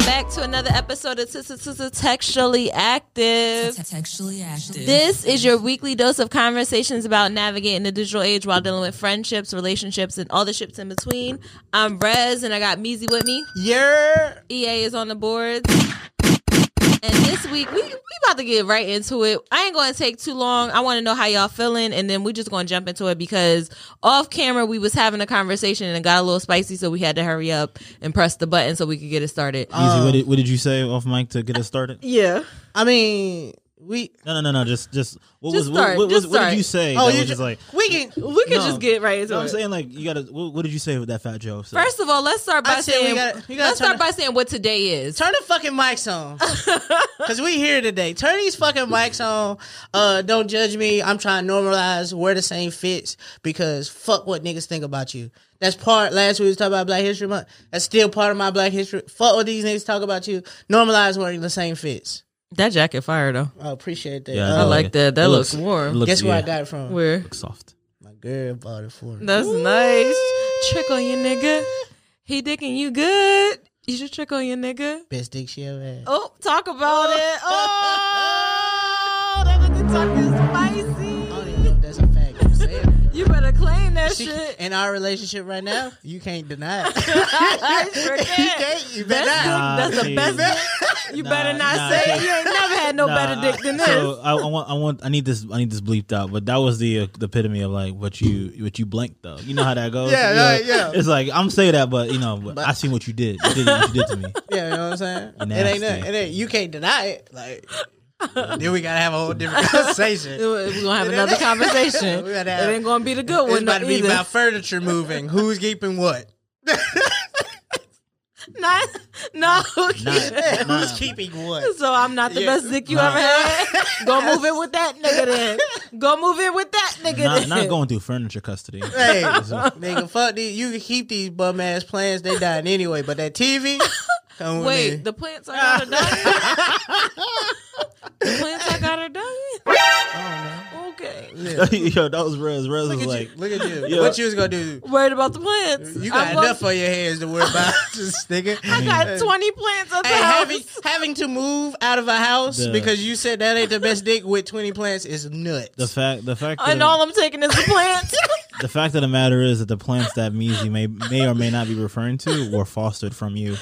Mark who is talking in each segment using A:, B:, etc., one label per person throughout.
A: back to another episode of Sister Sister Textually Active.
B: Textually active.
A: This is your weekly dose of conversations about navigating the digital age while dealing with friendships, relationships, and all the ships in between. I'm Brez, and I got Meezy with me.
C: Yeah.
A: EA E is on the boards. And this week we we about to get right into it. I ain't going to take too long. I want to know how y'all feeling, and then we just going to jump into it because off camera we was having a conversation and it got a little spicy, so we had to hurry up and press the button so we could get it started.
D: Easy. What did, what did you say off mic to get us started?
C: Uh, Yeah. I mean, we.
D: No, no, no, no. Just, just what
A: Just
D: was
A: start,
D: what, what,
A: just
D: was- what
A: start.
D: did you say?
C: Oh,
D: that
C: you just
D: was just like.
C: we can.
A: We could
D: No.
A: just get right into
D: You know what I'm
A: it.
D: saying like you gotta. What, what did you say with that Fat Joe? said?
A: First of all, let's start by
C: I said we
A: saying
C: gotta- we gotta
A: let's start
C: turn
A: by saying what today is.
C: Turn the fucking mics on, cause we here today. Turn these fucking mics on. Uh, don't judge me. I'm trying to normalize where the same fits because fuck what niggas think about you. That's part. Last week we was talking about Black History Month. That's still part of my Black History. Fuck what these niggas talk about you. Normalize wearing the same fits.
A: That jacket fire though.
C: I appreciate that.
D: Yeah,
C: Uh,
A: I like that. That
D: It
A: looks warm.
D: it looks-
C: guess where I
D: yeah,
C: got it from?
A: Where
D: looks soft.
C: My girl bought it for me.
A: that's nice. Trick on your nigga. He dicking you good. You should trick on your nigga.
C: Best dick she ever had.
A: Oh, talk about it. Oh, that nigga talk is
C: I don't
A: spicy.
C: even know if that's a fact. I'm saying it,
A: You better claim that
C: She-
A: shit.
C: in our relationship right now, you can't deny it.
A: I sure
C: you
A: can.
C: can't. You better
A: That's good.
C: not.
A: That's the
D: see.
A: best dick. You
D: Nah,
A: better not
D: nah,
A: say it.
D: see.
A: You ain't never had no
D: Nah,
A: better dick than
D: I-
A: this.
D: So I, I want, I want, I need this, I need this bleeped out. But that was the, uh, the epitome of like what you, what you blanked though. You know how that goes.
C: Yeah,
D: You
C: yeah,
D: know,
C: yeah.
D: It's like I'm saying that, but you know, but
C: But-
D: I seen what you did. You did what you did to me.
C: Yeah, you know what I'm saying? It
D: Nasty.
C: ain't nothing. It ain't, you can't deny it. Like, then we gotta have a whole different conversation.
A: We're gonna have another conversation.
C: We
A: it
C: gotta have-
A: ain't gonna be the good
C: It's
A: one
C: about
A: though,
C: to be
A: either.
C: about furniture moving. Who's keeping what?
A: Not, no.
D: Not-
C: Who's
D: Nah.
C: keeping what?
A: So I'm not the
C: Yeah.
A: best dick you
D: Nah.
A: ever had. Go move in with that nigga then. Go move in with that nigga
D: Not,
A: then.
D: not going through furniture custody.
C: Hey, nigga, fuck these. You can keep these bum ass plans. They dying anyway. But that TV, come with me.
A: Wait, the plants I got are dying. the plants I got are dying. Okay.
C: Yeah.
D: Yo, that was Rez. Rez
C: Look
D: was
C: at
D: like,
C: you. Look at you.
D: Yeah.
C: What you was gonna do?
A: Worried about the plants.
C: You got
A: I'm
C: enough
A: going-
C: on your hands to worry about, just nigga.
A: I got 20 plants at the
C: Hey,
A: house.
C: having having to move out of a house
D: The-
C: because you said that ain't the best dick with twenty plants is nuts.
D: the fact, the fact,
A: and
D: that-
A: all I'm taking is the plants.
D: The fact of the matter is that the plants that Meezy may may or may not be referring to were fostered from you.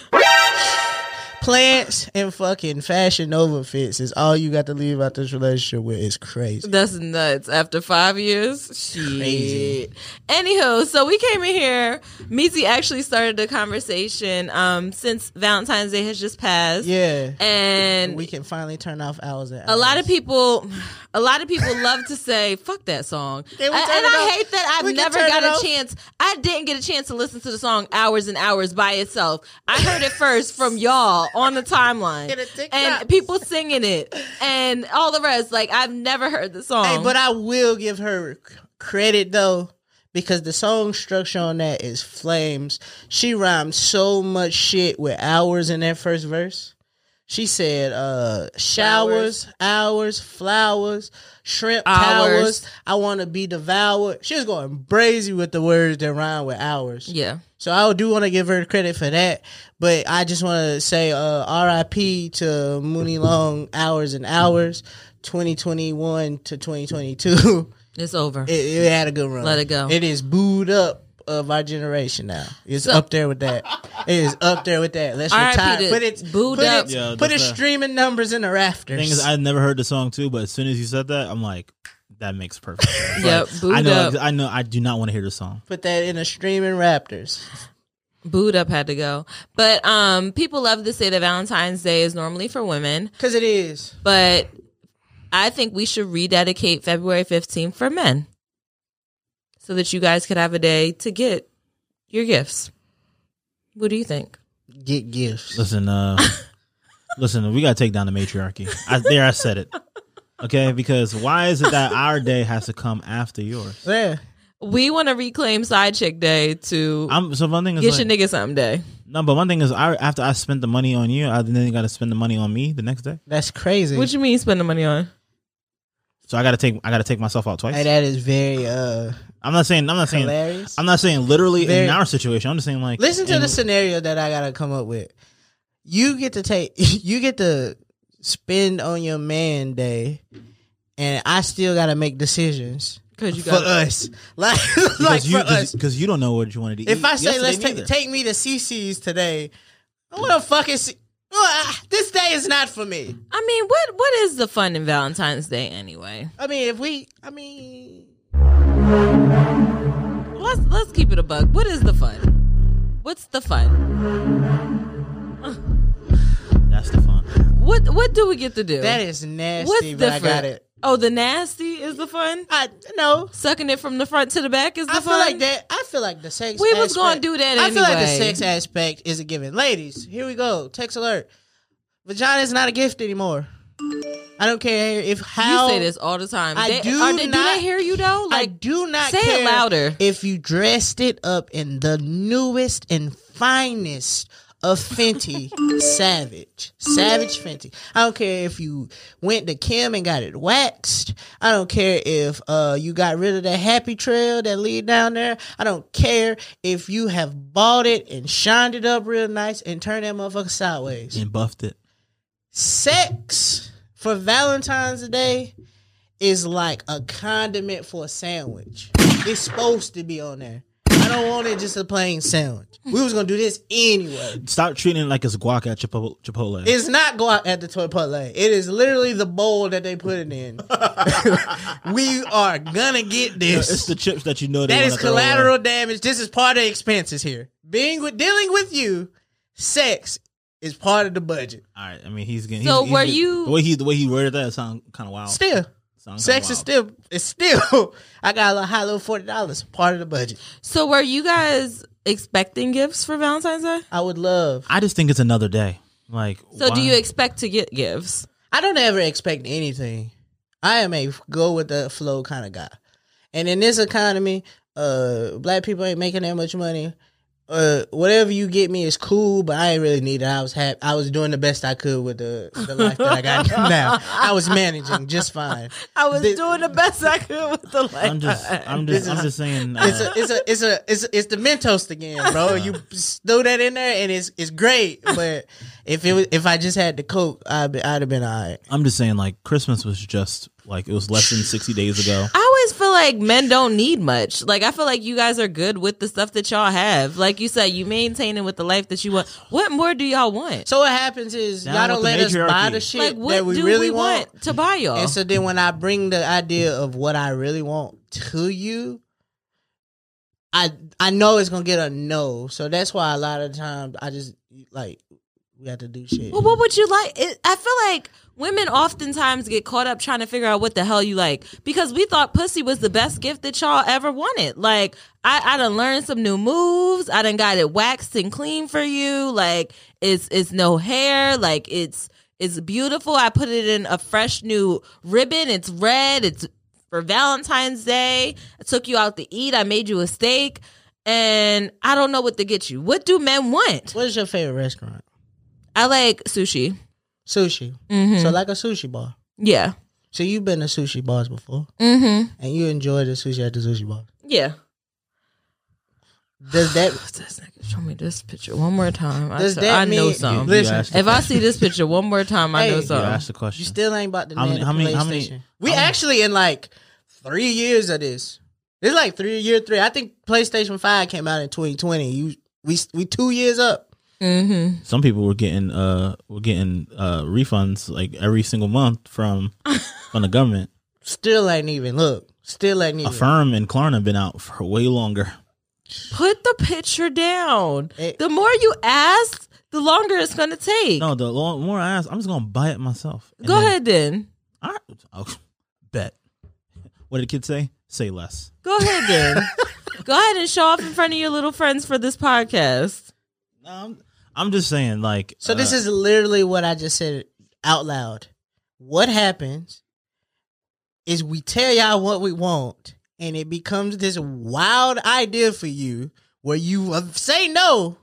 C: plants and fucking fashion over fits is all you got to leave out this relationship with. It's crazy.
A: That's nuts. After five years, shit.
C: Crazy.
A: Anywho, so we came in here. Mizi actually started the conversation um, since Valentine's Day has just passed.
C: Yeah,
A: And
C: we can finally turn off hours and
A: a lot
C: hours.
A: of people, a lot of people love to say "fuck that song," I,
C: we
A: and
C: turn it
A: I
C: off?
A: hate that. I've
C: We can
A: never
C: turn
A: got
C: it
A: a
C: off?
A: chance. I didn't get a chance to listen to the song hours and hours by itself. I heard it first from y'all on the timeline,
C: Get a TikTok.
A: and people singing it, and all the rest. Like I've never heard the song.
C: Hey, but I will give her c- credit though, because the song structure on that is flames. She rhymed so much shit with hours in that first verse. She said, uh, showers, hours, flowers, shrimp
A: Hours.
C: towers. I want to be devoured. She was going brazy with the words that rhyme with hours.
A: yeah.
C: So I do want to give her credit for that, but I just want to say uh, R.I.P. to Mooney Long, hours and hours, 2021 to 2022.
A: It's over.
C: it, it had a good run.
A: Let it go.
C: It is booed up of our generation now. It's up there with that. It is up there with that. Let's
A: R.I.P.
C: retire.
A: to
C: Put it
A: booed
C: put
A: up.
C: It,
D: Yeah,
C: put
D: that's
C: its
D: a-
C: streaming numbers in the rafters.
D: Thing is, I never heard the song too, but as soon as you said that, I'm like, that makes perfect. sense.
A: Yep,
D: Like,
A: booed
D: I know,
A: up.
D: I know, I do not want to hear the song.
C: put that in the streaming raptors.
A: Booed up had to go. But um people love to say that Valentine's Day is normally for women,
C: Because it is.
A: but I think we should rededicate February 15th for men. So that you guys could have a day to get your gifts. What do you think?
C: Get gifts.
D: Listen, uh, listen, we gotta take down the matriarchy. I, there, I said it. Okay, because why is it that our day has to come after yours?
C: Yeah.
A: We want to reclaim side chick day to
D: I'm so one thing is
A: get
D: like,
A: your nigga something day.
D: no, but one thing is, I after I spent the money on you, I then got to spend the money on me the next day.
C: That's crazy.
A: What you mean spend the money on?
D: So I gotta take, I gotta take myself out twice.
C: Hey, that is very uh
D: I'm not saying, I'm not saying,
C: hilarious.
D: I'm not saying literally
C: Very-
D: in our situation. I'm just saying like
C: Listen to
D: in-
C: the scenario that I gotta come up with. you get to take you get to spend on your man day, and I still gotta make decisions
A: Because you
C: for uh,
A: got
C: us. Like like
D: you,
C: for us.
D: because you don't know what you wanted to eat.
C: If I say
D: yesterday
C: let's take
D: neither.
C: take me to CC's today, what the fuck is? Ah, This day is not for me.
A: I mean, what what is the fun in Valentine's Day anyway?
C: I mean, if we, I mean,
A: Let's let's keep it a bug. What is the fun? What's the fun?
D: that's the fun.
A: What what do we get to do?
C: that is nasty.
A: What's
C: but
A: different?
C: I got it.
A: Oh, the nasty is the fun.
C: I no.
A: Sucking it from the front to the back is the
C: I feel
A: fun.
C: like that. I feel like the sex.
A: We was gonna
C: aspect-
A: do that
C: I feel like the
A: anyway.
C: sex aspect is a given. Ladies, here we go. Text alert. Vagina is not a gift anymore. I don't care if how
A: You say this all the time.
C: I
A: They-
C: do
A: are they, do
C: not-
A: they hear you though?
C: I
A: Like
C: do not
A: say it
C: care
A: louder.
C: if you dressed it up in the newest and finest of Fenty Savage. Savage Fenty. I don't care if you went to Kim and got it waxed. I don't care if uh you got rid of that happy trail that lead down there. I don't care if you have bought it and shined it up real nice and turned that motherfucker sideways
D: And buffed it.
C: sex for Valentine's Day is like a condiment for a sandwich. It's supposed to be on there. I don't want it just a plain sandwich. We was gonna do this anyway.
D: Stop treating it like it's guac at Chipotle. Chipotle.
C: It's not guac at the Chipotle. It is literally the bowl that they put it in. we are gonna get this.
D: It's the chips that you know they
C: that is
D: wanna throw away.
C: collateral damage. This is part of the expenses here. Being with dealing with you, sex is part of the budget.
D: All right, I mean he's getting.
A: So
D: he's,
A: were
D: he's,
A: you-
D: the way he the way he worded that? It sound kind of wild.
C: Still.
D: Sound
C: Sex
D: kinda
C: is
D: wild.
C: still it's still I got a little high little forty dollars part of the budget.
A: so were you guys expecting gifts for Valentine's Day?
C: I would love.
D: I just think it's another day. Like,
A: So do
D: why-
A: you expect to get gifts?
C: I don't ever expect anything. I am a go with the flow kind of guy, and in this economy, uh, black people ain't making that much money. Uh, whatever you get me is cool, but I ain't really need it. I was happy. I was doing the best I could with the, the life that I got now. I was managing just fine.
A: I was
C: This-
A: doing the best I could with the life.
D: I'm just,
A: uh,
D: I'm
C: This
D: just, I'm
C: is-
D: just saying. Uh,
C: It's a, it's a, it's a, it's, it's the Mentos again, bro. You throw that in there, and it's, it's great. But if it was, if I just had the Coke, I'd, be, I'd have been all right.
D: I'm just saying, like Christmas was just like it was less than 60 days ago.
A: I always feel like men don't need much. Like I feel like you guys are good with the stuff that y'all have. Like you said, you maintaining with the life that you want. What more do y'all want?
C: So what happens is
D: Down
C: y'all
D: with
C: don't
D: the
C: let us buy
D: matriarchy.
C: the shit
A: Like what
C: that we
A: do
C: really
A: we want, to buy y'all?
C: And so then when I bring the idea of what I really want to you, I I know it's gonna get a no. So that's why a lot of times I just like we got to do shit.
A: Well, what would you like? It, I feel like women oftentimes get caught up trying to figure out what the hell you like because we thought pussy was the best gift that y'all ever wanted. Like, I, I done learned some new moves. I done got it waxed and clean for you. Like, it's it's no hair. Like, it's it's beautiful. I put it in a fresh new ribbon. It's red. It's for Valentine's Day. I took you out to eat. I made you a steak. And I don't know what to get you. What do men want?
C: What is your favorite restaurant?
A: I like sushi.
C: Sushi.
A: Mhm.
C: So like a sushi bar.
A: Yeah.
C: So you've been to sushi bars before,
A: Mm-hmm.
C: and you enjoy the sushi at the sushi bar.
A: Yeah.
C: Does that
A: This nigga show me this picture one more time. I,
C: does
A: t-
C: that
A: I
C: mean
A: know some.
D: Lit-
C: Listen,
D: asked
A: If I see this picture one more time, I
C: Hey.
A: know
C: You
D: You
A: some.
D: asked the question.
C: you still ain't about the
D: How
C: name
D: many-
C: of
D: how
C: the
D: many- how many-
C: PlayStation. we actually in like three years of this. It's like three year three. I think PlayStation Five came out in 2020. You we we two years up.
A: mm-hmm.
D: Some people were getting, uh, were getting uh refunds like every single month from from the government.
C: Still ain't even look. Still ain't even.
D: A firm in Klarna been out for way longer.
A: Put the picture down.
C: Hey.
A: The more you ask, the longer it's gonna take.
D: No, the lo- more I ask, I'm just gonna buy it myself. And
A: Go
D: then-
A: ahead then.
D: All right, oh, bet. What did the kid say? Say less.
A: Go ahead then. Go ahead and show off in front of your little friends for this podcast.
D: No, I'm, I'm just saying, like. uh,
C: So this is literally what I just said out loud. What happens is we tell y'all what we want, and it becomes this wild idea for you where you uh, say no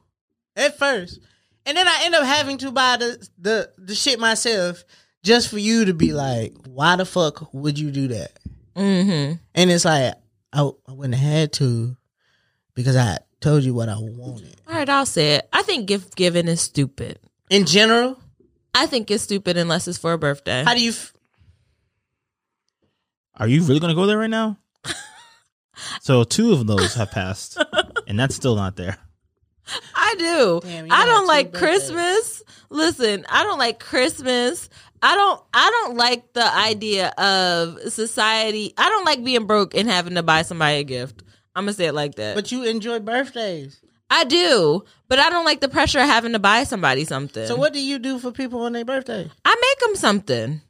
C: at first, and then I end up having to buy the the, the shit myself just for you to be like, why the fuck would you do that?
A: Mm-hmm.
C: And it's like I, I wouldn't have had to because I told you what I wanted.
A: All right, I'll say it. I think gift giving is stupid.
C: in general?
A: I think it's stupid unless it's for a birthday.
C: How do you? F-
D: Are you really gonna go there right now? so two of those have passed, and that's still not there.
A: I do.
C: Damn, you
A: I
C: got
A: don't
C: two
A: like
C: birthdays.
A: Christmas. Listen, I don't like Christmas. I don't I don't like the idea of society. I don't like being broke and having to buy somebody a gift. I'm gonna say it like that.
C: but you enjoy birthdays.
A: I do, but I don't like the pressure of having to buy somebody something.
C: So what do you do for people on their birthday?
A: I make them something.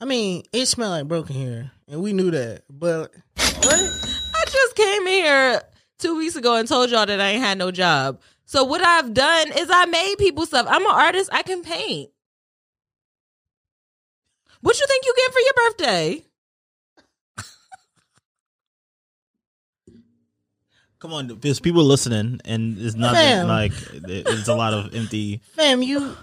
C: I mean, it smelled like broken here, and we knew that. But
A: I just came in here two weeks ago and told y'all that I ain't had no job. So what I've done is I made people stuff. I'm an artist. I can paint. What you think you get for your birthday?
D: Come on, there's people listening, and it's not
C: Fam.
D: like it's a lot of empty.
C: fam, you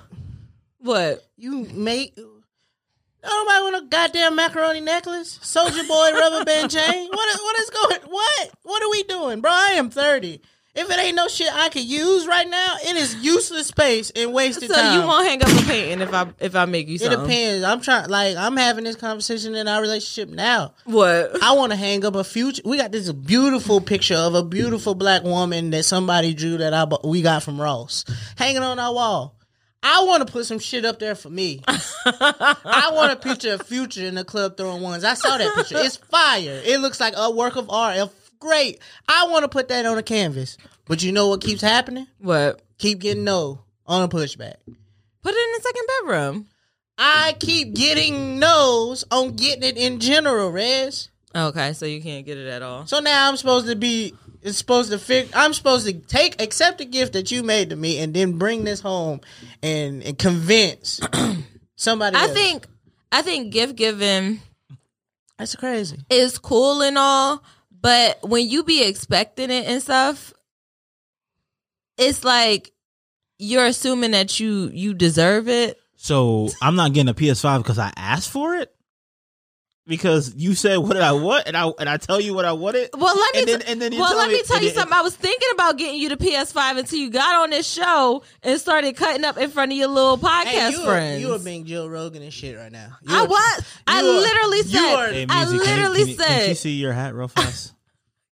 A: What?
C: you make. Nobody want a goddamn macaroni necklace, soldier boy rubber band chain. What is, what is going? What what are we doing, bro? I am thirty. If it ain't no shit I could use right now, it is useless space and wasted
A: So
C: time.
A: you won't hang up a painting if I if I make you
C: it
A: something.
C: depends. I'm trying. Like I'm having this conversation in our relationship now.
A: What?
C: I want to hang up a future. We got this beautiful picture of a beautiful black woman that somebody drew that I bu- we got from Ross hanging on our wall. I want to put some shit up there for me. I want a picture of Future in the club throwing ones. I saw that picture. It's fire. It looks like a work of art. It's Great. I want to put that on a canvas. But you know what keeps happening?
A: What?
C: Keep getting no on a pushback.
A: Put it in the second bedroom.
C: I keep getting no's on getting it in general, Rez.
A: Okay, so you can't get it at all.
C: So now I'm supposed to be it's supposed to fig- I'm supposed to take accept the gift that you made to me and then bring this home and, and convince somebody.
A: I
C: else.
A: think I think gift giving
C: that's crazy.
A: is cool and all, but when you be expecting it and stuff, it's like you're assuming that you you deserve it.
D: So I'm not getting a PS5 because I asked for it. Because you said what did I want, and I and I tell you what I wanted.
A: Well, let me
D: And then- and then you
A: well
D: tell
A: let me,
D: me-
A: tell
D: and
A: you
D: then-
A: something. I was thinking about getting you the PS5 until you got on this show and started cutting up in front of your little podcast
C: Hey, you
A: friends.
C: Are, you are being Joe Rogan and shit right now. You
A: I
C: are-
A: was. I
C: you are-
A: literally
C: you
A: said.
C: are-
D: Hey,
A: I
D: Meezy, can you-
A: literally
D: can you, can
A: said-
D: you see your hat real fast?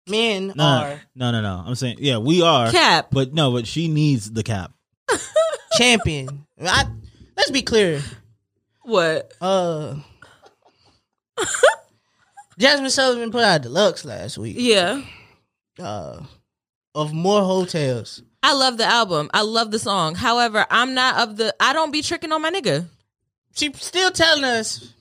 C: men
D: No,
C: are
D: no, no, no. I'm saying, yeah, we are
A: Cap.
D: but no, but she needs the cap.
C: champion. I, let's be clear.
A: What?
C: Uh, Jasmine Sullivan put out deluxe last week.
A: Yeah.
C: Uh, of more hotels.
A: I love the album. I love the song. However, I'm not of the. I don't be tricking on my nigga.
C: She still telling us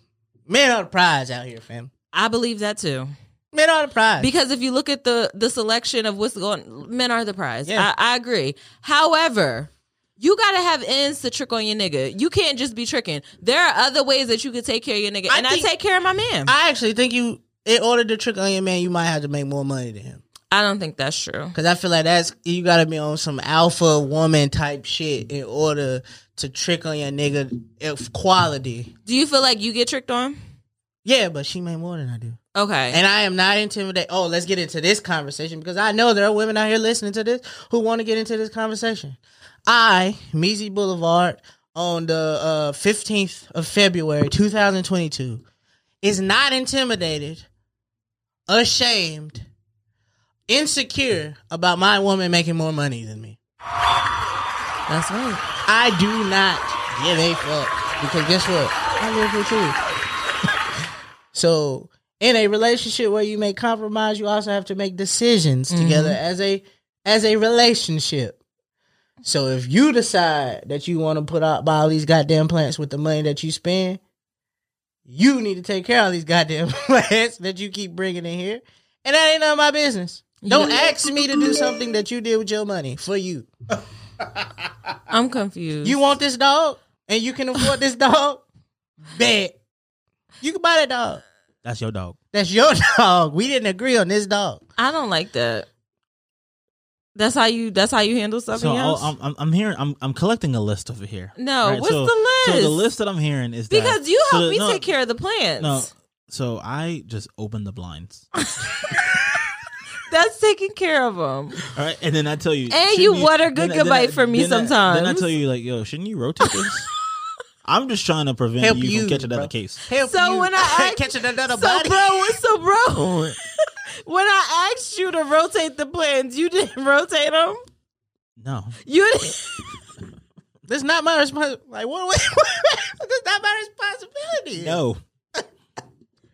C: men are the prize out here, fam.
A: I believe that too.
C: Men are the prize.
A: Because if you look at the the selection of what's going, men are the prize.
C: Yeah.
A: I, I agree. However, you gotta have ends to trick on your nigga. You can't just be tricking. There are other ways that you could take care of your nigga,
C: I
A: and
C: think-
A: I take care of my man. I,
C: I actually think you, in order to trick on your man, you might have to make more money than him.
A: don't think that's true.
C: Because I feel like that's you got to be on some alpha woman type shit in order to trick on your nigga if quality.
A: Do you feel like you get tricked on?
C: Yeah, but she made more than I do,
A: Okay.
C: and I am not intimidated. Oh, let's get into this conversation because I know there are women out here listening to this who want to get into this conversation. I, Measy Boulevard, on the uh, fifteenth of February, two thousand twenty-two, is not intimidated, ashamed, insecure about my woman making more money than me.
A: that's right.
C: I do not give a fuck because guess what? I live with you. so in a relationship where you make compromise, you also have to make decisions together as a as a relationship. So if you decide that you want to put out buy all these goddamn plants with the money that you spend, you need to take care of these goddamn plants that you keep bringing in here, and that ain't none of my business. Don't
A: Yeah.
C: ask me to do something that you did with your money for you.
A: I'm confused.
C: You want this dog and you can afford this dog? Bet. You can buy that dog.
D: That's your dog.
C: That's your dog. We didn't agree on this dog.
A: I don't like that. That's how you. That's how you handle stuff.
D: So
A: in your
D: I'll-
A: house?
D: I'm, I'm, I'm hearing, I'm, I'm collecting a list over here.
A: No, what's
D: so,
A: the
D: So the
A: list?
D: list that I'm hearing is that-
A: Because you
D: so
A: helped
D: the-
A: me
D: no,
A: take care of the plants.
D: No, so I just opened the blinds.
A: That's taking care of them.
D: All right, and then I tell you,
A: And
D: shouldn't
A: you water good
D: then I- then
A: goodbye
D: I-
A: for me
D: then I- Then I
A: sometimes.
D: tell you, like, yo, shouldn't you rotate this? I'm just trying to prevent
C: Help
D: you
C: you,
D: from catching another
C: bro.
D: case.
C: Help
A: So
C: you
A: when I ask-
C: catch another
A: So
C: body.
A: bro, so bro, when I asked you to rotate the plans, you didn't rotate them.
D: No,
A: You didn't.
C: That's not my responsibility. Like what? what, that's not my responsibility.
D: no.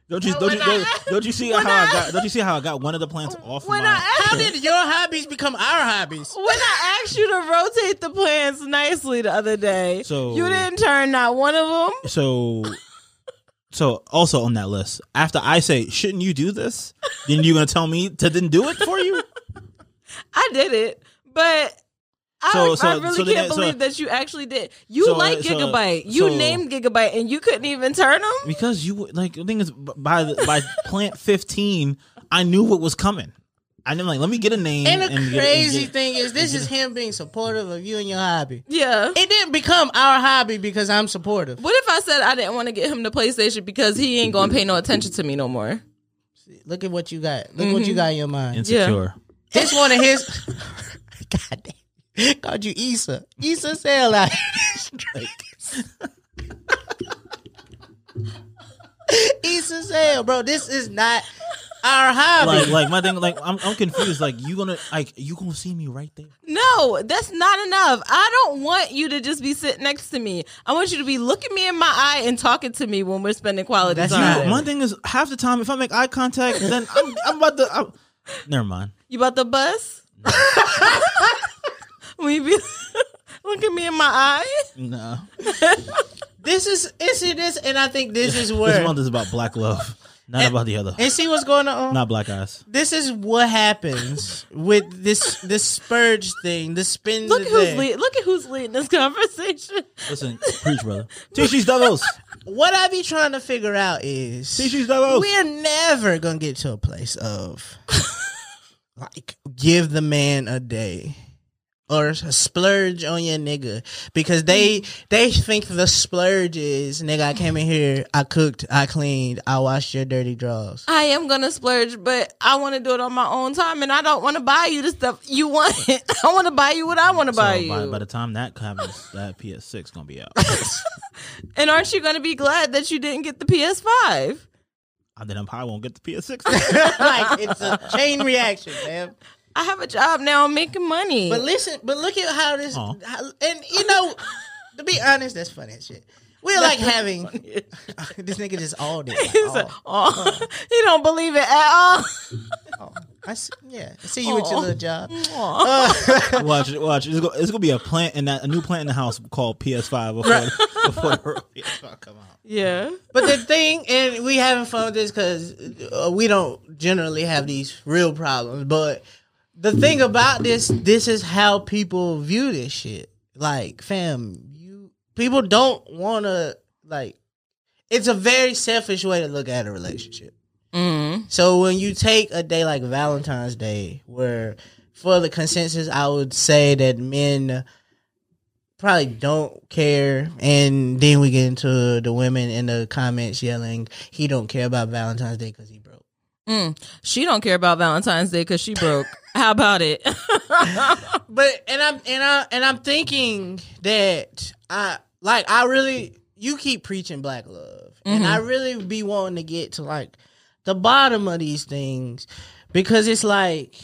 D: Don't you
A: But
D: don't
A: when
D: you,
A: I-
D: don't, don't you see how I, got don't you see how I got one of the plants off
A: when
D: my
A: I
C: How did your hobbies become our hobbies?
A: when I asked you to rotate the plans nicely the other day,
D: So-
A: you didn't turn not one of them.
D: so so also on that list after I say shouldn't you do this then you're gonna tell me to then do it for you
A: I did it, but. I,
D: So-
A: don't- I
D: so-
A: really
D: so the
A: can't
D: ne- so-
A: believe that you actually did. You
D: so,
A: like
D: uh, so-
A: Gigabyte. you
D: so-
A: named Gigabyte, and you couldn't even turn them.
D: because you would- like the thing is b- by the, by plant 15 I knew what was coming I knew like let me get a name
C: And the
D: get-
C: crazy
D: get-
C: thing is, this is him being supportive of you and your hobby.
A: Yeah.
C: It didn't become our hobby because I'm supportive.
A: what if I said I didn't want to get him the PlayStation because he ain't gonna pay no attention to me no more?
C: Look at what you got. Look what
A: Mm-hmm.
C: you got in your mind.
D: insecure
C: This one of his. God damn. Called you Issa. Issa sell out. Issa sell, bro. This is not our hobby.
D: like like my thing like I'm I'm confused like you gonna like you gonna see me right there
A: No, that's not enough. I don't want you to just be sitting next to me. I want you to be looking me in my eye and talking to me when we're spending quality
C: That's
A: time.
C: not-
D: No, my thing is half the time if I make eye contact, then I'm, I'm about to. I'm, never mind.
A: You about the bus? when you be looking me in my eye?
D: No,
C: this is it's it is, and I think this is
D: this
C: where
D: month is about black love, not about the other.
C: and see what's going on.
D: Not black eyes.
C: This is what happens with this this spurge thing, the spin.
A: Look
C: the
A: at who's
C: day.
A: lead, look at who's leading this conversation.
D: Listen, preach, brother. Teach these devils.
C: What I be trying to figure out is
D: Teach these
A: Oh.
D: devils.
C: we're never gonna get to a place of like give the man a day or a splurge on your nigga because they
A: Mm-hmm.
C: they think the splurge is nigga I came in here I cooked I cleaned I washed your dirty drawers
A: I am gonna splurge, but I want to do it on my own time, and I don't want to buy you the stuff you want. I want to buy you what I want to
D: So
A: buy you.
D: by, by the time that happens, that PS6 gonna be out.
A: And aren't you going to be glad that you didn't get the PS5?
D: And then I probably won't get the PS6.
C: like it's a chain reaction man
A: I have a job now. I'm making money.
C: but listen but look at how this
D: Aw.
C: how- and you know to be honest that's funny as shit we're like having this nigga just all day like,
A: He's like,
C: "Aw."
A: oh, he don't believe it at all.
C: Oh, I see, yeah. I see you with your
A: Aw.
C: little job. Uh,
A: Aw.
D: watch, it, watch. it. It's gonna, it's gonna be a plant in that a new plant in the house called PS5 before before the real PS5 come out.
A: yeah.
C: But the thing, and we having fun with this because uh, we don't generally have these real problems. But the thing about this, this is how people view this shit. Like, fam, you people don't want to like. It's a very selfish way to look at a relationship.
A: Mm.
C: So when you take a day like Valentine's Day, where for the consensus, I would say that men probably don't care, and then we get into the women in the comments yelling, "He don't care about Valentine's Day because he broke."
A: Mm. She don't care about Valentine's Day because she broke. How about it?
C: But and I'm and I and I'm thinking that I like I really you keep preaching black love, and I really be wanting to get to like the bottom of these things because it's like,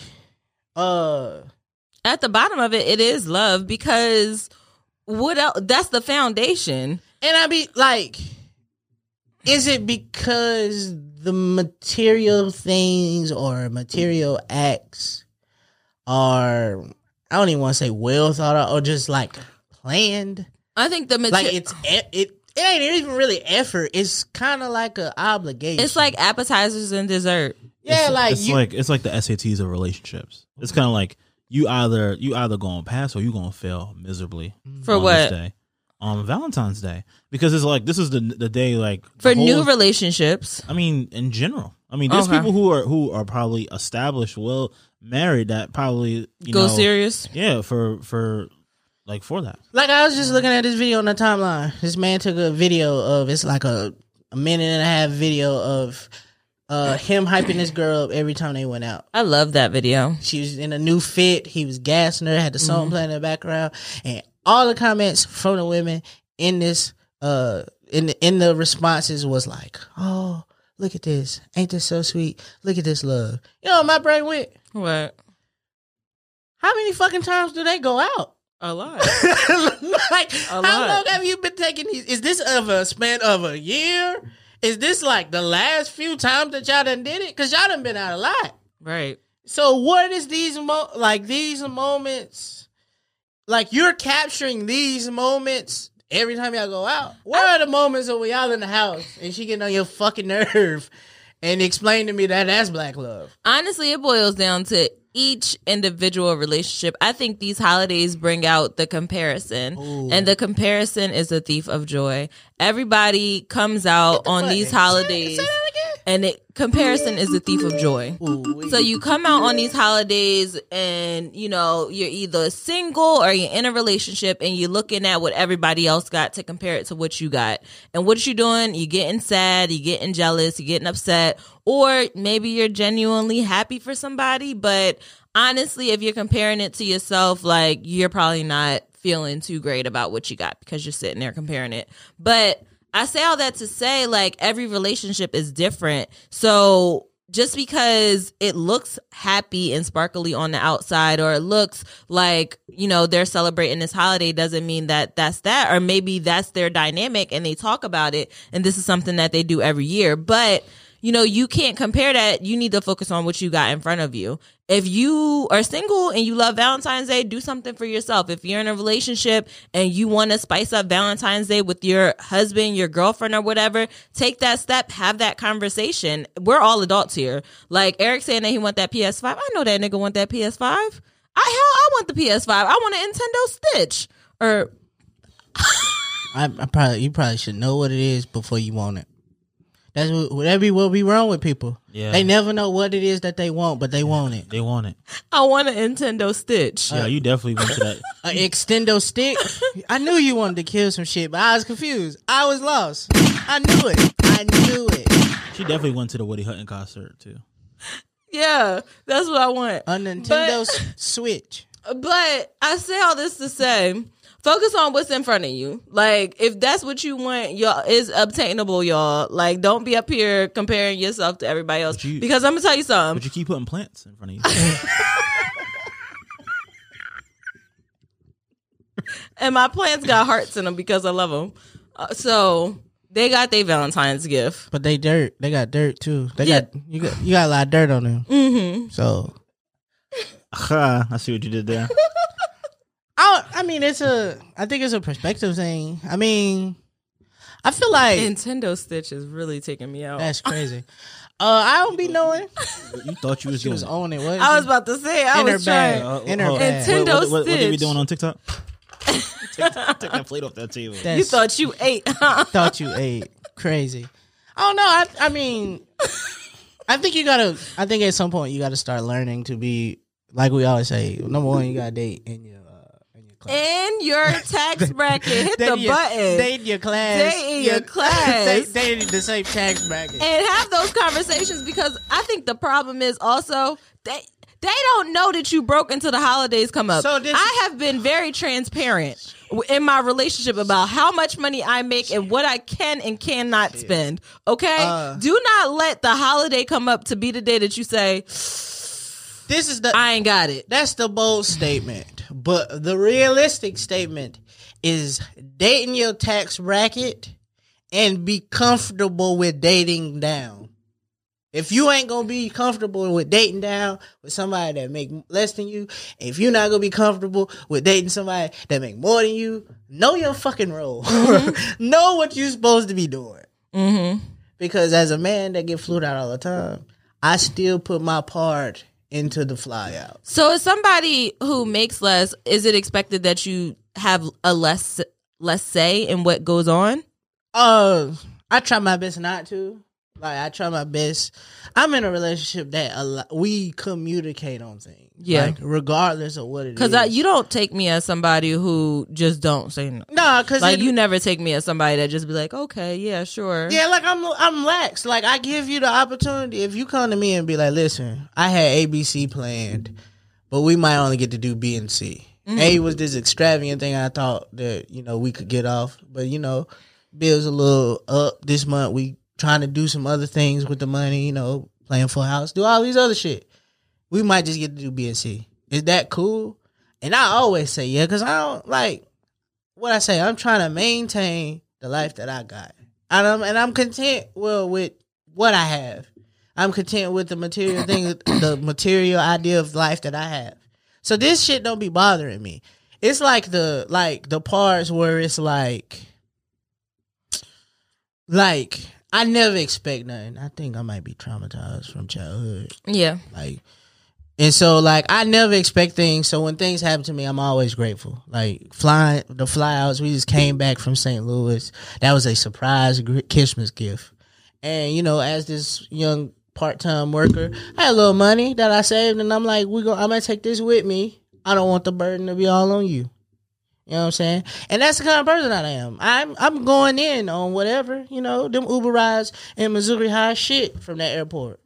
C: uh.
A: at the bottom of it, it is love because what else? That's the foundation.
C: And I be like, is it because the material things or material acts are I don't even want to say well thought out or just like planned?
A: I think the material.
C: Like it's e- it it ain't even really effort. It's kind of like a obligation.
A: it's like appetizers and dessert.
C: yeah,
D: it's,
C: like
D: it's
C: you
D: like it's like the SATs of relationships. It's kind of like you either you either gonna pass or you gonna fail miserably
A: Mm. For
D: on
A: what?
D: this day, on Valentine's Day because it's like this is the the day like the
A: For
D: whole-
A: new relationships.
D: I mean, in general, I mean, there's
A: Okay.
D: people who are who are probably established, well married that probably you
A: Go
D: know,
A: serious.
D: yeah, for for like for that.
C: Like I was just looking at this video on the timeline. This man took a video of it's like a, a minute and a half video of uh, him hyping this girl up every time they went out.
A: I love that video.
C: She was in a new fit. He was gassing her, had the song
A: Mm-hmm.
C: playing in the background, and all the comments from the women in this uh in the, in the responses was like, "Oh, look at this! Ain't this so sweet? Look at this love!" You know, what my brain went,
A: What?
C: "How many fucking times do they go out?"
A: A lot.
C: like,
A: A
C: how
A: lot.
C: long have you been taking these? Is this of a span of a year? Is this like the last few times that y'all done did it? Cause y'all done been out a lot.
A: right.
C: So what is these mo- like these moments? Like you're capturing these moments every time y'all go out. What are the moments of when y'all in the house and she getting on your fucking nerve and explain to me that that's black love?
A: Honestly, it boils down to each individual relationship. I think these holidays bring out the comparison,
C: Ooh.
A: and the comparison is a thief of joy. Everybody comes out on
C: But-
A: these
C: Say that-
A: holidays,
C: Say that
A: and it, comparison is a thief of joy.
C: again. Ooh-wee.
A: So you come out on these holidays and you know you're either single or you're in a relationship and you're looking at what everybody else got to compare it to what you got. And what you doing? You're getting sad, you're getting jealous, you're getting upset, or maybe you're genuinely happy for somebody, but honestly, if you're comparing it to yourself, like you're probably not feeling too great about what you got because you're sitting there comparing it. But I say all that to say like every relationship is different. So just because it looks happy and sparkly on the outside or it looks like you know they're celebrating this holiday doesn't mean that that's that or maybe that's their dynamic and they talk about it and this is something that they do every year but you know you can't compare that you need to focus on what you got in front of you if you are single and you love valentine's day do something for yourself if you're in a relationship and you want to spice up valentine's day with your husband your girlfriend or whatever take that step have that conversation we're all adults here like eric saying that he want that ps5 i know that nigga want that ps5 i hell i want the ps5 i want a nintendo stitch or
C: I, I probably you probably should know what it is before you want it. That's what what- that be what be wrong with people.
D: Yeah.
C: They never know what it is that they want, but they want it.
D: They want it.
A: i want a nintendo stitch
D: Yeah, you definitely went to that.
C: An extendo stick. I knew you wanted to kill some shit, but I was confused. I was lost. I knew it. I knew it.
D: She definitely went to the Woody Hutton concert too.
A: yeah that's what i want
C: A Nintendo s- Switch.
A: But I say all this to say, focus on what's in front of you. Like if that's what you want, y'all is obtainable, y'all. Like don't be up here comparing yourself to everybody else.
D: But you-
A: because I'm gonna tell you
D: But
A: something.
D: you keep putting plants in front of you.
A: and my plants got hearts in them because I love them. Uh, so they got their Valentine's gift.
C: But they dirt. They got dirt too. They
A: Yeah.
C: got you got you got a lot of dirt on them.
A: Mm-hmm.
C: So
D: Ah, I see what you did there.
C: I I mean it's a I think it's a perspective thing. I mean I feel like
A: Nintendo Stitch is really taking me out.
C: that's crazy. Uh I don't be knowing.
D: You thought you was
C: She
D: doing
C: was
D: it.
C: on it. What?
A: I was about to say I
C: In her
A: was trying.
C: bag.
D: Uh,
C: In her
D: hold on.
C: bag.
D: What- What,
A: Nintendo
D: what, what are we
A: Stitch.
D: doing on TikTok? take, take that plate off that table.
A: You
C: That's-
A: thought you ate. huh?
C: thought you ate. Crazy. I don't know. I, I mean, I think you gotta. I think at some point you gotta start learning to be like we always say. Number one, you gotta date in your uh, in your class.
A: In your tax bracket, hit
C: Date
A: the
C: in your-
A: button.
C: Date in your class.
A: Date in your class.
C: Date, date in the same tax bracket.
A: and have those conversations because I think the problem is also they they don't know that you broke until the holidays come up.
C: So this-
A: I have been very transparent w- in my relationship about how much money I make and what I can and cannot spend. Okay,
C: Uh.
A: do not let the holiday come up to be the day that you say
C: This is the.
A: I ain't got it.
C: that's the bold statement, but the realistic statement is dating your tax bracket and be comfortable with dating down. If you ain't gonna be comfortable with dating down with somebody that make less than you, if you're not gonna be comfortable with dating somebody that make more than you, know your fucking role. know what you're supposed to be doing.
A: Mm-hmm.
C: Because as a man that get flued out all the time, I still put my part into the fly out.
A: So, as somebody who makes less, is it expected that you have a less less say in what goes on?
C: Uh, I try my best not to. Like I try my best. I'm in a relationship that a lot, we communicate on things.
A: Yeah.
C: Like, regardless of what it is.
A: Because you don't take me as somebody who just don't say no.
C: Nah, cause
A: Like
C: it-
A: you never take me as somebody that just be like, okay, yeah, sure.
C: Yeah, like I'm I'm lax. Like I give you the opportunity. If you come to me and be like, listen, I had A B C planned, but we might only get to do B and C. A was this extravagant thing I thought that, you know, we could get off. But you know, bills a little up this month. We trying to do some other things with the money, you know, playing full house, do all these other shit. We might just get to do B and C. Is that cool? And I always say yeah, because I don't like what I say, I'm trying to maintain the life that I got. And I'm and I'm content well with what I have. I'm content with the material thing the material idea of life that I have. So this shit don't be bothering me. It's like the like the parts where it's like like I never expect nothing. I think I might be traumatized from childhood.
A: Yeah.
C: Like, and so like I never expect things. So when things happen to me, I'm always grateful. Like flying the flyouts, we just came back from St. Louis. That was a surprise gr- Christmas gift. And you know, as this young part time worker, I had a little money that I saved, and I'm like, we go. I'm gonna take this with me. I don't want the burden to be all on you. You know what I'm saying? And that's the kind of person I am. I'm I'm going in on whatever, you know, them Uber rides in Missouri high shit from that airport.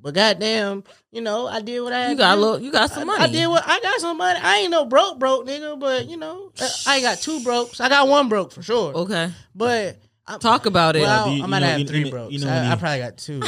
C: But goddamn, you know, I did what I had
A: Mm. You got a
C: to do.
A: little. You got some money.
C: I did what I got some money. I ain't no broke broke nigga, but you know, I ain't got two brokes. I got one broke for sure.
A: Okay.
C: But I'm,
A: Talk about it.
C: well,
D: do you-
C: I
D: you
C: might
D: know-
C: have
D: you-
C: three
D: you know-
C: brokes.
D: you know
C: I,
D: me.
C: I probably got two.
D: you know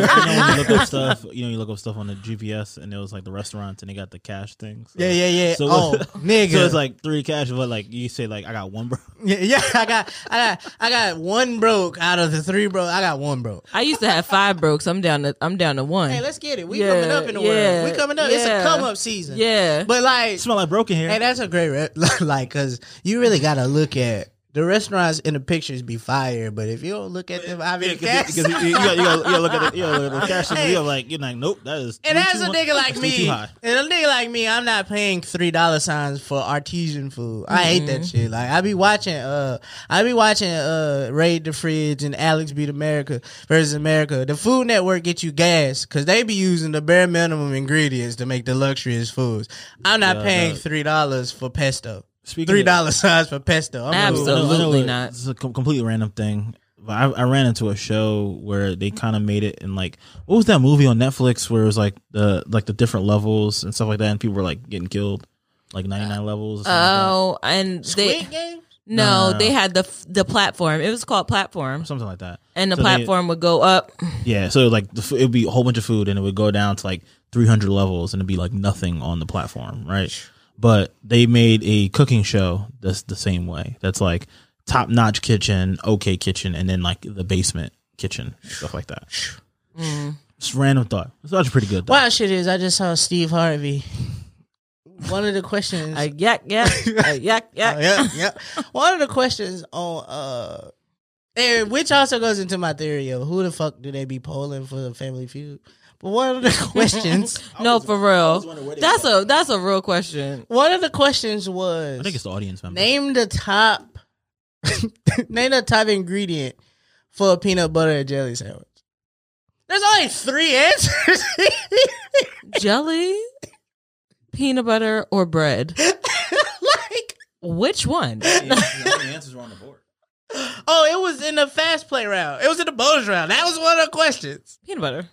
D: when you look up stuff, you know you look up stuff on the GPS, and it was like the restaurants, and they got the cash things.
C: yeah, yeah, yeah.
D: So
C: oh,
D: what-
C: nigga.
D: So it's like three cash, but like you say, like I got one bro.
C: yeah, yeah, I got, I got, I got one broke out of the three broke. I got one broke.
A: I used to have five brokes. I'm down to. I'm down to one.
C: Hey, let's get it. We
A: Yeah,
C: coming up in the
A: yeah,
C: world. We coming up. It's a
A: yeah.
C: come up season.
A: yeah.
C: But like,
D: It smell like broken hair.
C: hey, that's a great re- like because you really gotta look at the restaurants in the pictures be fire, but if you don't look at them, I mean,
D: Yeah, 'cause you, you, you, gotta, you, gotta, you gotta look at the, you gotta look at the cash,
C: Hey.
D: and you're like, you're like, nope, that is.
C: And
D: way
C: as
D: too
C: a
D: much-
C: nigga like
D: that's way too
C: me,
D: high.
C: and a nigga like me, I'm not paying three dollar signs for artesian food. I hate
D: Mm-hmm.
C: that shit. Like I be watching, uh, I be watching, uh, Raid the Fridge and Alex Beat America versus America. The Food Network get you gas because they be using the bare minimum ingredients to make the luxurious foods. I'm not
D: Yeah,
C: paying
D: dog.
C: three dollars for pesto.
D: Speaking
C: Three
D: of-
C: dollar signs for pesto. I'm
D: I know-
C: Absolutely.
D: I know
A: Absolutely
D: it-
A: not.
D: It's a com- completely random thing. But I, I ran into a show where they kind of made it in like what was that movie on Netflix where it was like the like the different levels and stuff like that, and people were like getting killed, like ninety nine levels. Or something like
A: Oh, and they
C: Squid Game.
A: no,
D: No, no,
A: they had the f- the platform. It was called platform,
D: that. something like that.
A: Oh. and the
D: So they-
A: platform would go up.
D: yeah, so like the, it would be a whole bunch of food, and it would go down to like three hundred levels, and it'd be like nothing on the platform, right? But they made a cooking show that's the same way. That's like top notch kitchen, okay kitchen, and then like the basement kitchen, stuff like that.
A: Mm-hmm.
D: Just random thought. It's actually pretty good. Though.
C: Wild shit is I just saw Steve Harvey. One of the questions
A: A yak yak, a yak
C: Oh,
A: yak.
C: yeah, yeah. One of the questions on uh and which also goes into my theory of who the fuck do they be polling for the family feud? But one of the questions
A: No, for real.
D: wondering where they
A: That's a that's a real question.
C: one of the questions
D: I think it's
C: was
D: the audience member.
C: name the top name the top ingredient for a peanut butter and jelly sandwich. There's only three answers.
A: Jelly, peanut butter, or bread.
C: like
A: Which one?
D: answers were on the board.
C: oh, it was in the fast play round. It was in the bonus round. That was one of the questions.
A: Peanut butter.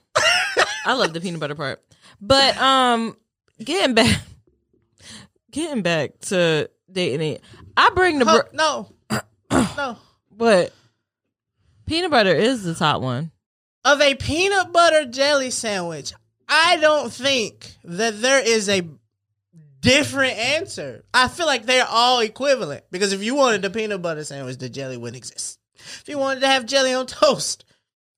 A: I love the peanut butter part. But um, getting back, getting back to dating, I bring the
C: Oh,
A: br-
C: no. no.
A: but peanut butter is the top one.
C: of a peanut butter jelly sandwich, I don't think that there is a different answer. I feel like they're all equivalent because if you wanted the peanut butter sandwich, the jelly wouldn't exist. If you wanted to have jelly on toast,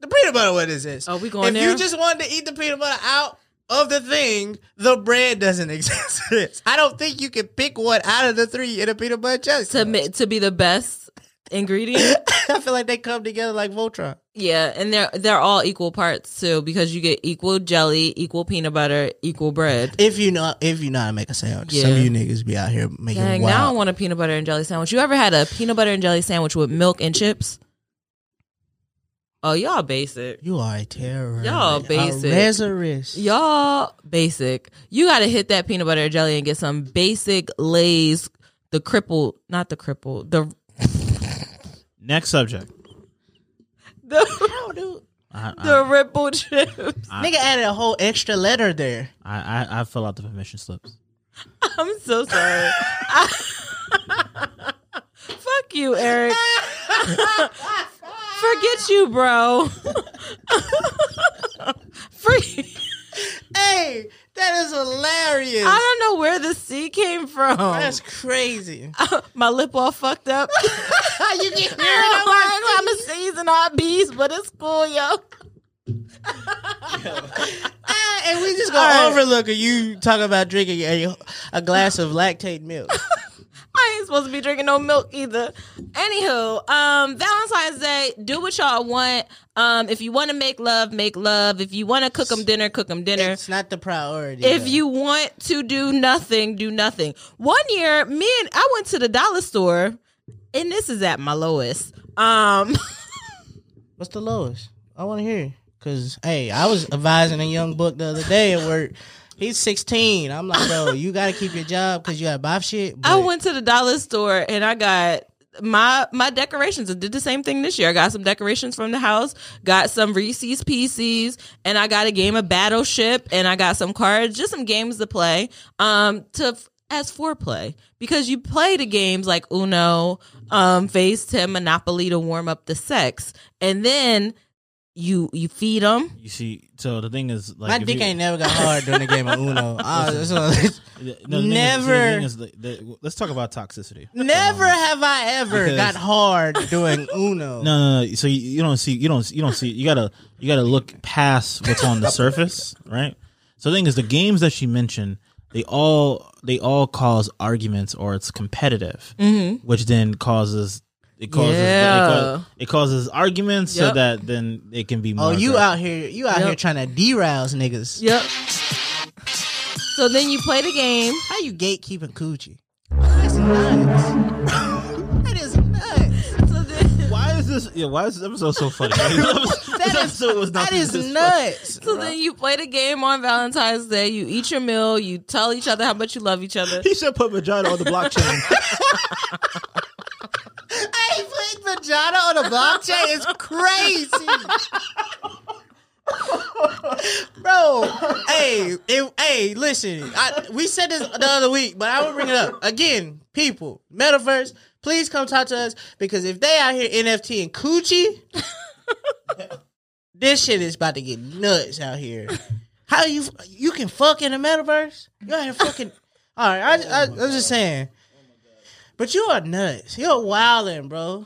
C: the peanut butter wouldn't exist.
A: Oh, we going
C: if
A: there?
C: you just wanted to eat the peanut butter out of the thing, the bread doesn't exist. I don't think you can pick one out of the three in a peanut butter jelly.
A: to
C: sandwich.
A: mi- to be the best ingredient.
C: I feel like they come together like Voltron.
A: Yeah, and they're they're all equal parts too because you get equal jelly, equal peanut butter, equal bread.
C: If you know, if you know how to make a sandwich, some of
A: Yeah.
C: you niggas be out here making
A: Dang,
C: wild.
A: now I want a peanut butter and jelly sandwich. You ever had a peanut butter and jelly sandwich with milk and chips? Oh, y'all basic.
C: You are a terrorist.
A: Y'all basic.
C: A resurist.
A: Y'all basic. You gotta hit that peanut butter and jelly and get some basic Lay's. The crippled, not the crippled. The
D: Next subject.
A: the,
C: Yo, dude.
D: I, I,
A: the ripple chips.
C: Nigga added a whole extra letter there.
D: I, I, I fill out the permission slips.
A: I'm so sorry. Fuck you, Eric. Forget you, bro. Free.
C: Hey, that is hilarious.
A: I don't know where the C came from.
C: That's crazy.
A: My lip all fucked up.
C: you can hear it. I'm like,
A: I'm a season on bees, but it's cool, yo.
C: ah, and we just gonna
A: All right.
C: overlook it. you talking about drinking a, a glass of lactate milk.
A: I ain't supposed to be drinking no milk either. Anywho, um, Valentine's Day, do what y'all want. Um, if you want to make love, make love. If you want to cook them dinner, cook them dinner.
C: It's not the priority.
A: If
C: though.
A: you want to do nothing, do nothing. One year, me and I went to the dollar store, and this is at my lowest. Um,
C: what's the lowest? I want to hear. Cause hey, I was advising a young book the other day at work. He's 16. I'm like, bro, you gotta keep your job because you gotta buy shit.
A: I
C: but-
A: went to the dollar store and I got my my decorations. I did the same thing this year. I got some decorations from the house, got some Reese's Pieces, and I got a game of Battleship, and I got some cards, just some games to play. Um, to f- as foreplay because you play the games like Uno, um, Face Ten, Monopoly to warm up the sex, and then you you feed them.
D: You see, so the thing is, like,
C: My
D: if
C: dick
D: you-
C: ain't never got hard during the game of Uno. I was- so-
D: Yeah, no, the thing is-
C: Never.
D: the thing is, the- the- let's talk about toxicity.
C: never have I ever
D: Because-
C: got hard doing Uno.
D: No, no, no. So you, you don't see, you don't, you don't see. You gotta, you gotta look past what's on the surface, right? So the thing is, the games that she mentioned, they all, they all cause arguments, or it's competitive,
C: Mm-hmm.
D: which then causes. It causes
A: Yeah.
D: it, causes, it causes arguments so
A: Yep.
D: that then it can be more.
C: Oh, you
D: aggressive.
C: out here, you out
A: Yep.
C: here trying to derouse niggas.
A: Yep. So then you play the game.
C: How you gatekeeping coochie? That's nuts. that is nuts.
A: So then.
D: Why is this? Yeah, why is this episode so funny? this episode was not
C: That is
D: this funny.
C: nuts.
A: So then you play the game on Valentine's Day. You eat your meal. You tell each other how much you love each other.
D: He should put vagina on the blockchain.
C: Hey, putting vagina on a blockchain is crazy. Bro, hey, it, hey, listen. I, we said this the other week, but I will bring it up again. People, metaverse, please come talk to us because if they out here NFT and coochie, this shit is about to get nuts out here. How you you can fuck in the metaverse? You out here fucking? All right, I, I, I'm just saying. But you are nuts. You're wilding, bro. You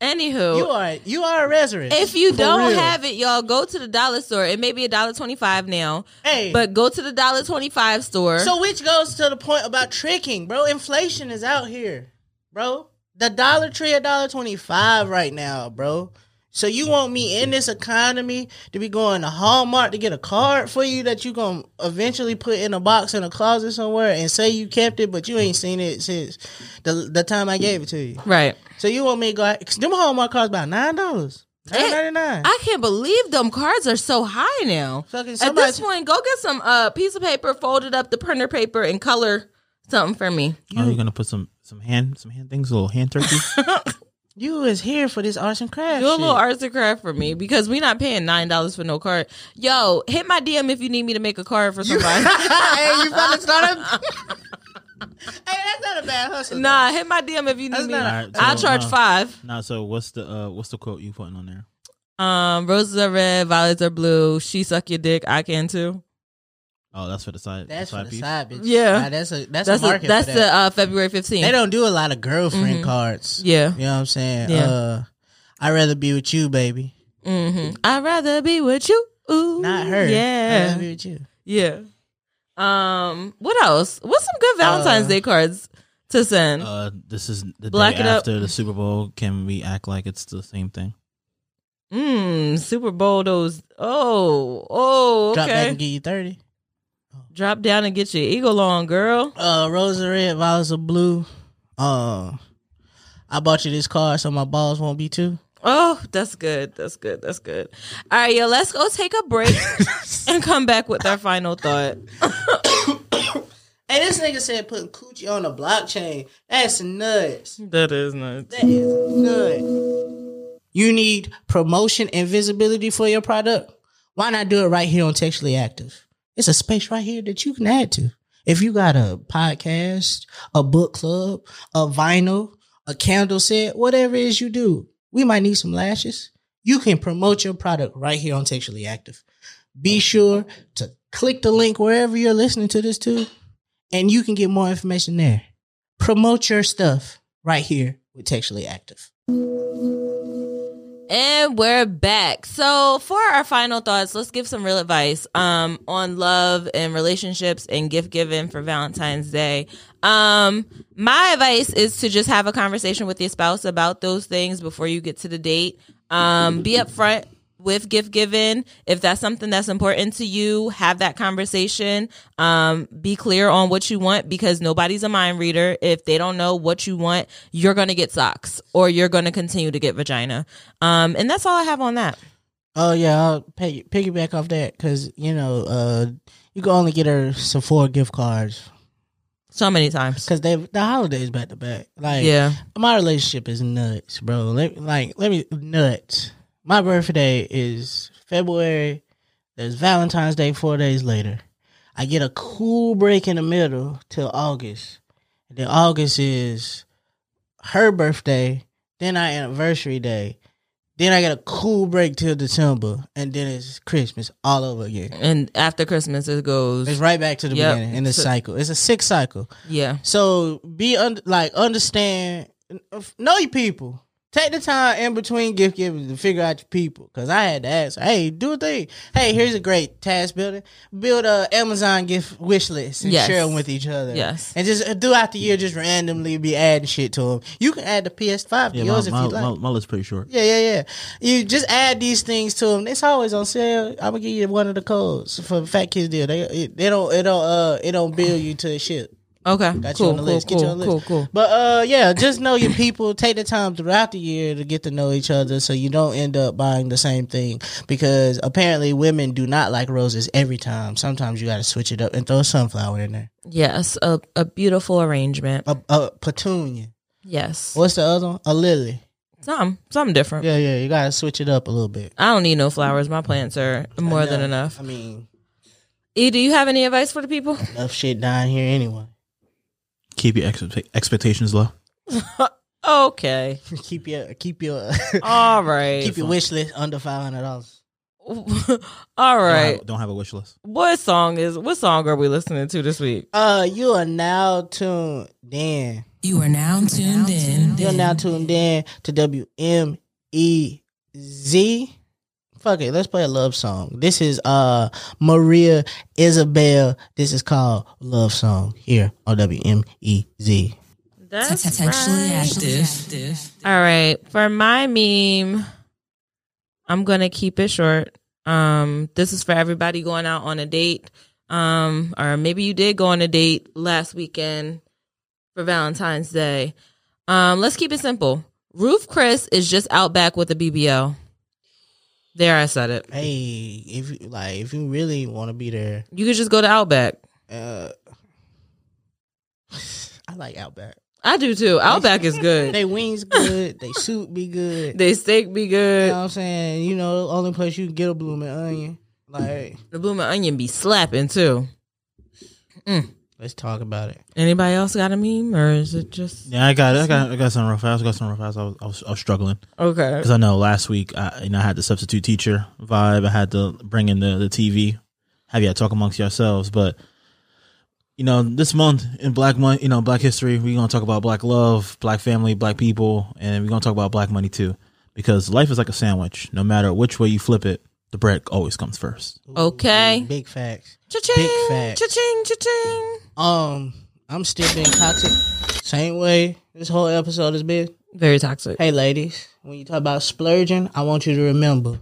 A: Anywho,
C: are you are a resurrect.
A: if you
C: For
A: don't
C: real.
A: have it, y'all go to the dollar store. It may be a dollar twenty-five now,
C: hey,
A: but go to the dollar twenty-five store.
C: so which goes to the point about tricking, bro. Inflation is out here, bro. The Dollar Tree a dollar twenty five right now, bro. So you want me in this economy to be going to Hallmark to get a card for you that you gonna eventually put in a box in a closet somewhere and say you kept it, but you ain't seen it since the the time I gave it to you.
A: right.
C: So you want me to go? Out, cause them Hallmark cards about nine dollars, nine ninety nine.
A: I can't believe them cards are so high now.
C: Fucking
A: At
C: somebody-
A: this point, go get some uh, piece of paper, fold it up, the printer paper, and color something for me.
D: Are you gonna put some some hand some hand things, little hand turkeys?
C: You is here for this arts and crafts.
A: Do a little
C: shit.
A: arts and craft for me because we're not paying nine dollars for no card. Yo, hit my DM if you need me to make a card for somebody.
C: hey, you fucking started. hey, that's not a bad hustle.
A: Nah, hit my DM if you
C: That's
A: need me.
C: not a-
D: Alright,
A: I'll
D: so,
A: charge
D: uh,
A: five.
D: Nah, so what's the uh what's the quote you putting on there?
A: Um, roses are red, violets are blue. She suck your dick. I can too.
D: Oh, that's for the side. the
C: that's for
D: side
C: the
D: piece.
C: side bitch.
A: Yeah.
C: Nah, that's a that's,
A: That's
C: a
A: a,
C: market.
A: that's
C: for
A: the
C: that.
A: uh, February
C: they
A: fifteenth.
C: don't do a lot of girlfriend
A: Mhm.
C: cards.
A: Yeah.
C: You know what I'm saying?
A: Yeah.
C: Uh, I'd rather be with you, baby.
A: hmm I'd rather be with you. Ooh,
C: Not her. I'd rather
A: Yeah.
C: be with you.
A: Yeah. Um. What else? What's some good Valentine's
C: Uh,
A: Day cards to send?
D: Uh, this is the
A: Black
D: day
A: it up.
D: after the Super Bowl. Can we act like it's the same thing?
A: Mmm. Super Bowl. Those. Oh. Oh.
C: Drop back
A: Okay.
C: and give you thirty.
A: Drop down and get your eagle on, girl.
C: Uh, rose are red, violets are blue. Uh, I bought you this card so my balls won't be too.
A: Oh, that's good. That's good. That's good. All right, yo, let's go take a break and come back with our final thought.
C: And this nigga said putting coochie on the blockchain. That's nuts.
A: That is nuts.
C: That is nuts. You need promotion and visibility for your product. Why not do it right here on Textually Active? It's a space right here that you can add to. If you got a podcast, a book club, a vinyl, a candle set, whatever it is you do, we might need some lashes. You can promote your product right here on Textually Active. Be sure to click the link wherever you're listening to this too and you can get more information there. Promote your stuff right here with Textually Active.
A: And we're back. So for our final thoughts, let's give some real advice um on love and relationships and gift giving for Valentine's Day. Um my advice is to just have a conversation with your spouse about those things before you get to the date. Um be upfront with gift giving. If that's something that's important to you, have that conversation. Um, be clear on what you want because nobody's a mind reader. If they don't know what you want, you're going to get socks or you're going to continue to get vagina. Um, and that's all I have on that.
C: Oh yeah, I'll pay, piggyback off that because you know uh, you can only get her Sephora gift cards
A: So many times.
C: because they the holidays back to back. Like
A: Yeah.
C: my relationship is nuts, bro. Let, like let me nuts. My birthday is February. There's Valentine's Day four days later. I get a cool break in the middle till August. And then August is her birthday. Then our anniversary day. Then I get a cool break till December, and then it's Christmas all over again.
A: And after Christmas, it
C: It's
A: goes.
C: right back to the
A: Yep.
C: beginning in the
A: So-
C: cycle. It's a sick cycle.
A: Yeah.
C: So be un- like understand, uh, know your people. Take the time in between gift giving to figure out your people. Cause I had to ask, hey, do a thing. Hey, here's a great task building. Build a Amazon gift wish list and
A: Yes.
C: share them with each other.
A: Yes.
C: And just uh, throughout the year, just randomly be adding shit to them. You can add the PS5 to
D: Yeah,
C: yours
D: my,
C: if
D: my,
C: you like.
D: my, my list's pretty short.
C: Yeah, yeah, yeah. You just add these things to them. It's always on sale. I'm gonna give you one of the codes for Fat Kids deal. They it, they don't it don't uh it don't bill you to the ship.
A: Okay.
C: Got you
A: cool,
C: on the list.
A: cool,
C: Get you on the
A: cool,
C: list.
A: cool, cool.
C: But uh, yeah, just know your people. Take the time throughout the year to get to know each other, so you don't end up buying the same thing. Because apparently, women do not like roses every time. Sometimes you got to switch it up and throw a sunflower in there,
A: Yes. A, a beautiful arrangement.
C: a, a petunia.
A: Yes.
C: What's the other one? A lily.
A: Some, some different.
C: Yeah, yeah. You got to switch it up a little bit.
A: I don't need no flowers. My plants are more than enough.
C: I mean,
A: E, do you have any advice for the people?
C: enough shit down here anyway.
D: Keep your expe- expectations low.
A: Okay.
C: keep your keep your
A: All right.
C: keep your wish list under five hundred dollars.
A: All
D: Don't
A: right.
D: have- don't have a wish list.
A: What song is what song are we listening to this week?
C: Uh, you are now tuned in.
B: You are now tuned in.
C: You're now tuned in to WMEZ. Fuck it, let's play a love song. This is uh Maria Isabel. This is called Love Song here on E WMEZ.
A: That's
B: Potentially
A: right.
B: active.
A: All right. For my meme, I'm gonna keep it short. Um, this is for everybody going out on a date. Um, or maybe you did go on a date last weekend for Valentine's Day. Um, let's keep it simple. Roof Chris is just out back with a BBL. There, I said it.
C: Hey, if you like if you really want to be there,
A: You could just go to Outback.
C: uh I like Outback.
A: I do too. Outback is good.
C: They wings good, they soup be good.
A: They steak be
C: You
A: good.
C: know what I'm saying? You know, the only place you can get a blooming onion. Like,
A: The blooming onion be slapping too.
C: let's talk about it.
A: Anybody else got a meme or is it just
D: Yeah, I got, I got, I got some rough fast. I got some rough fast. I was, I was, I was struggling
A: okay?
D: because I know last week I, you know, I had the substitute teacher vibe. I had to bring in the, the TV, have you talk amongst yourselves. But you know, this month in Black Month, you know, Black History, we're gonna talk about Black love, Black family, Black people, and we're gonna talk about Black money too, because life is like a sandwich. No matter which way you flip it, the bread always comes first.
A: Okay.
C: Ooh, Big facts.
A: Cha-ching,
C: Big facts.
A: cha-ching, cha-ching.
C: Um, I'm still being toxic. Same way this whole episode has been.
A: Very toxic.
C: Hey, ladies, when you talk about splurging, I want you to remember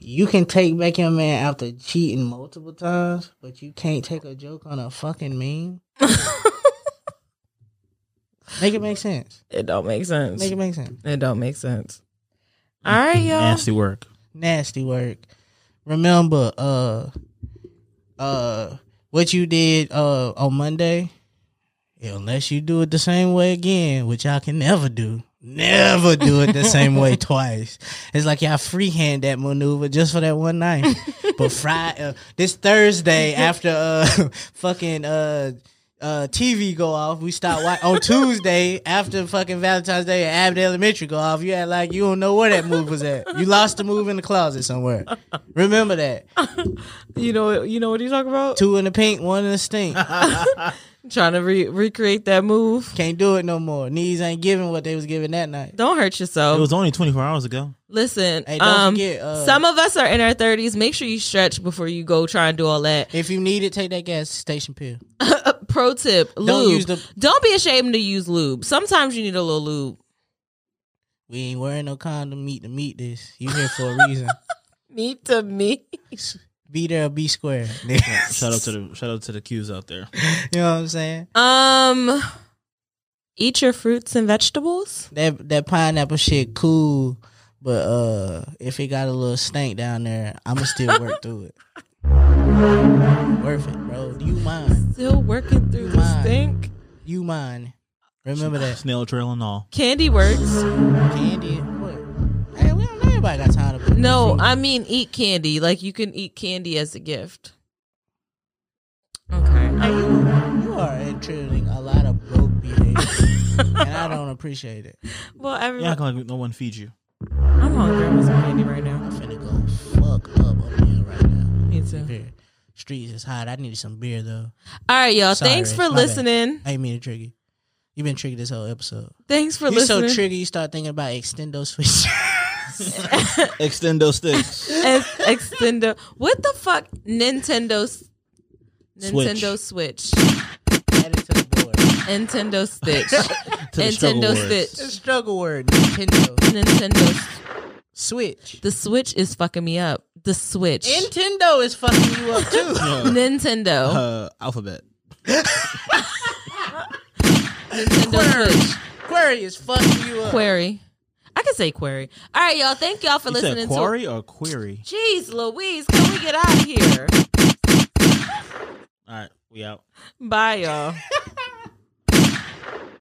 C: you can take back your man after cheating multiple times, but you can't take a joke on a fucking meme. make it make sense.
A: It don't make sense.
C: Make it make sense.
A: It don't make sense. All right, y'all.
D: Nasty work.
C: nasty work. Remember, uh, uh, what you did uh on Monday, unless you do it the same way again, which I can never do. Never do it the same way twice. It's like y'all freehand that maneuver just for that one night. but Friday, uh, this Thursday after uh fucking uh. Uh, TV go off. We start wa- on Tuesday after fucking Valentine's Day at Abbott Elementary go off. You act like you don't know where that move was at. You lost the move in the closet somewhere. Remember that.
A: You know, you know what you talking about?
C: Two in the pink, one in the stink.
A: Trying to re- recreate that move.
C: Can't do it no more. Knees ain't giving what they was giving that night.
A: Don't hurt
D: It
A: yourself.
D: was only 24 hours ago.
A: Listen,
C: Hey, don't
A: um,
C: forget, uh,
A: some of us are in our thirties. Make sure you stretch before you go try and do all that.
C: If you need it, take that gas station pill.
A: Pro tip: lube. Don't,
C: use the-
A: be ashamed to use lube. Sometimes you need a little lube.
C: We ain't wearing no condom meat to meet this. You here for a reason.
A: Me to me.
C: be there or be square. nigga.
D: Shout out to the shout out to the Qs out there.
C: you know what I'm saying?
A: Um, eat your fruits and vegetables.
C: That that pineapple shit cool, but uh if it got a little stank down there, I'ma still work through it. Worth it, bro. You mine.
A: Still working through the
C: Mine.
A: stink.
C: You mine. Remember that.
D: Snail trail and all.
A: Candy works.
C: Candy. What? Hey, we don't know everybody got time to put
A: No,
C: fruit.
A: I mean eat candy. Like you can eat candy as a gift. Okay.
C: Hey, you, you are attributing a lot of broke behavior, and I don't appreciate it.
A: Well,
D: Yeah,
A: everyone,
D: act like no one feeds you.
A: I'm hungry. I want some candy right now.
C: I'm finna go fuck up up here right now.
A: Me too.
C: Beer. Streets is hot. I need some beer though.
A: All right, y'all.
C: Sorry,
A: Thanks for
C: my bad.
A: listening.
C: I ain't mean to trigger you. You've been triggered this whole episode.
A: Thanks for
C: You're
A: listening.
C: so triggered you start thinking about extendo switch.
D: Extend those sticks.
A: Ex- Extendo. What the fuck? Nintendo. s- Nintendo Switch.
C: Add it to the board.
A: Nintendo Stitch.
D: To the struggle
A: Nintendo
D: words.
A: Stitch.
C: Struggle word. Nintendo
A: Nintendo. s-
C: Switch.
A: The Switch is fucking me up. The Switch.
C: Nintendo is fucking you up too.
A: Nintendo.
D: Uh, alphabet.
A: Nintendo
C: Query.
A: Switch.
C: Query is fucking you up.
A: Query. I can say query. All right, y'all. Thank y'all for
D: You
A: listening
D: said quarry or query?
A: to. Jeez, Louise, can we get out of here?
D: All right, we out.
A: Bye, y'all.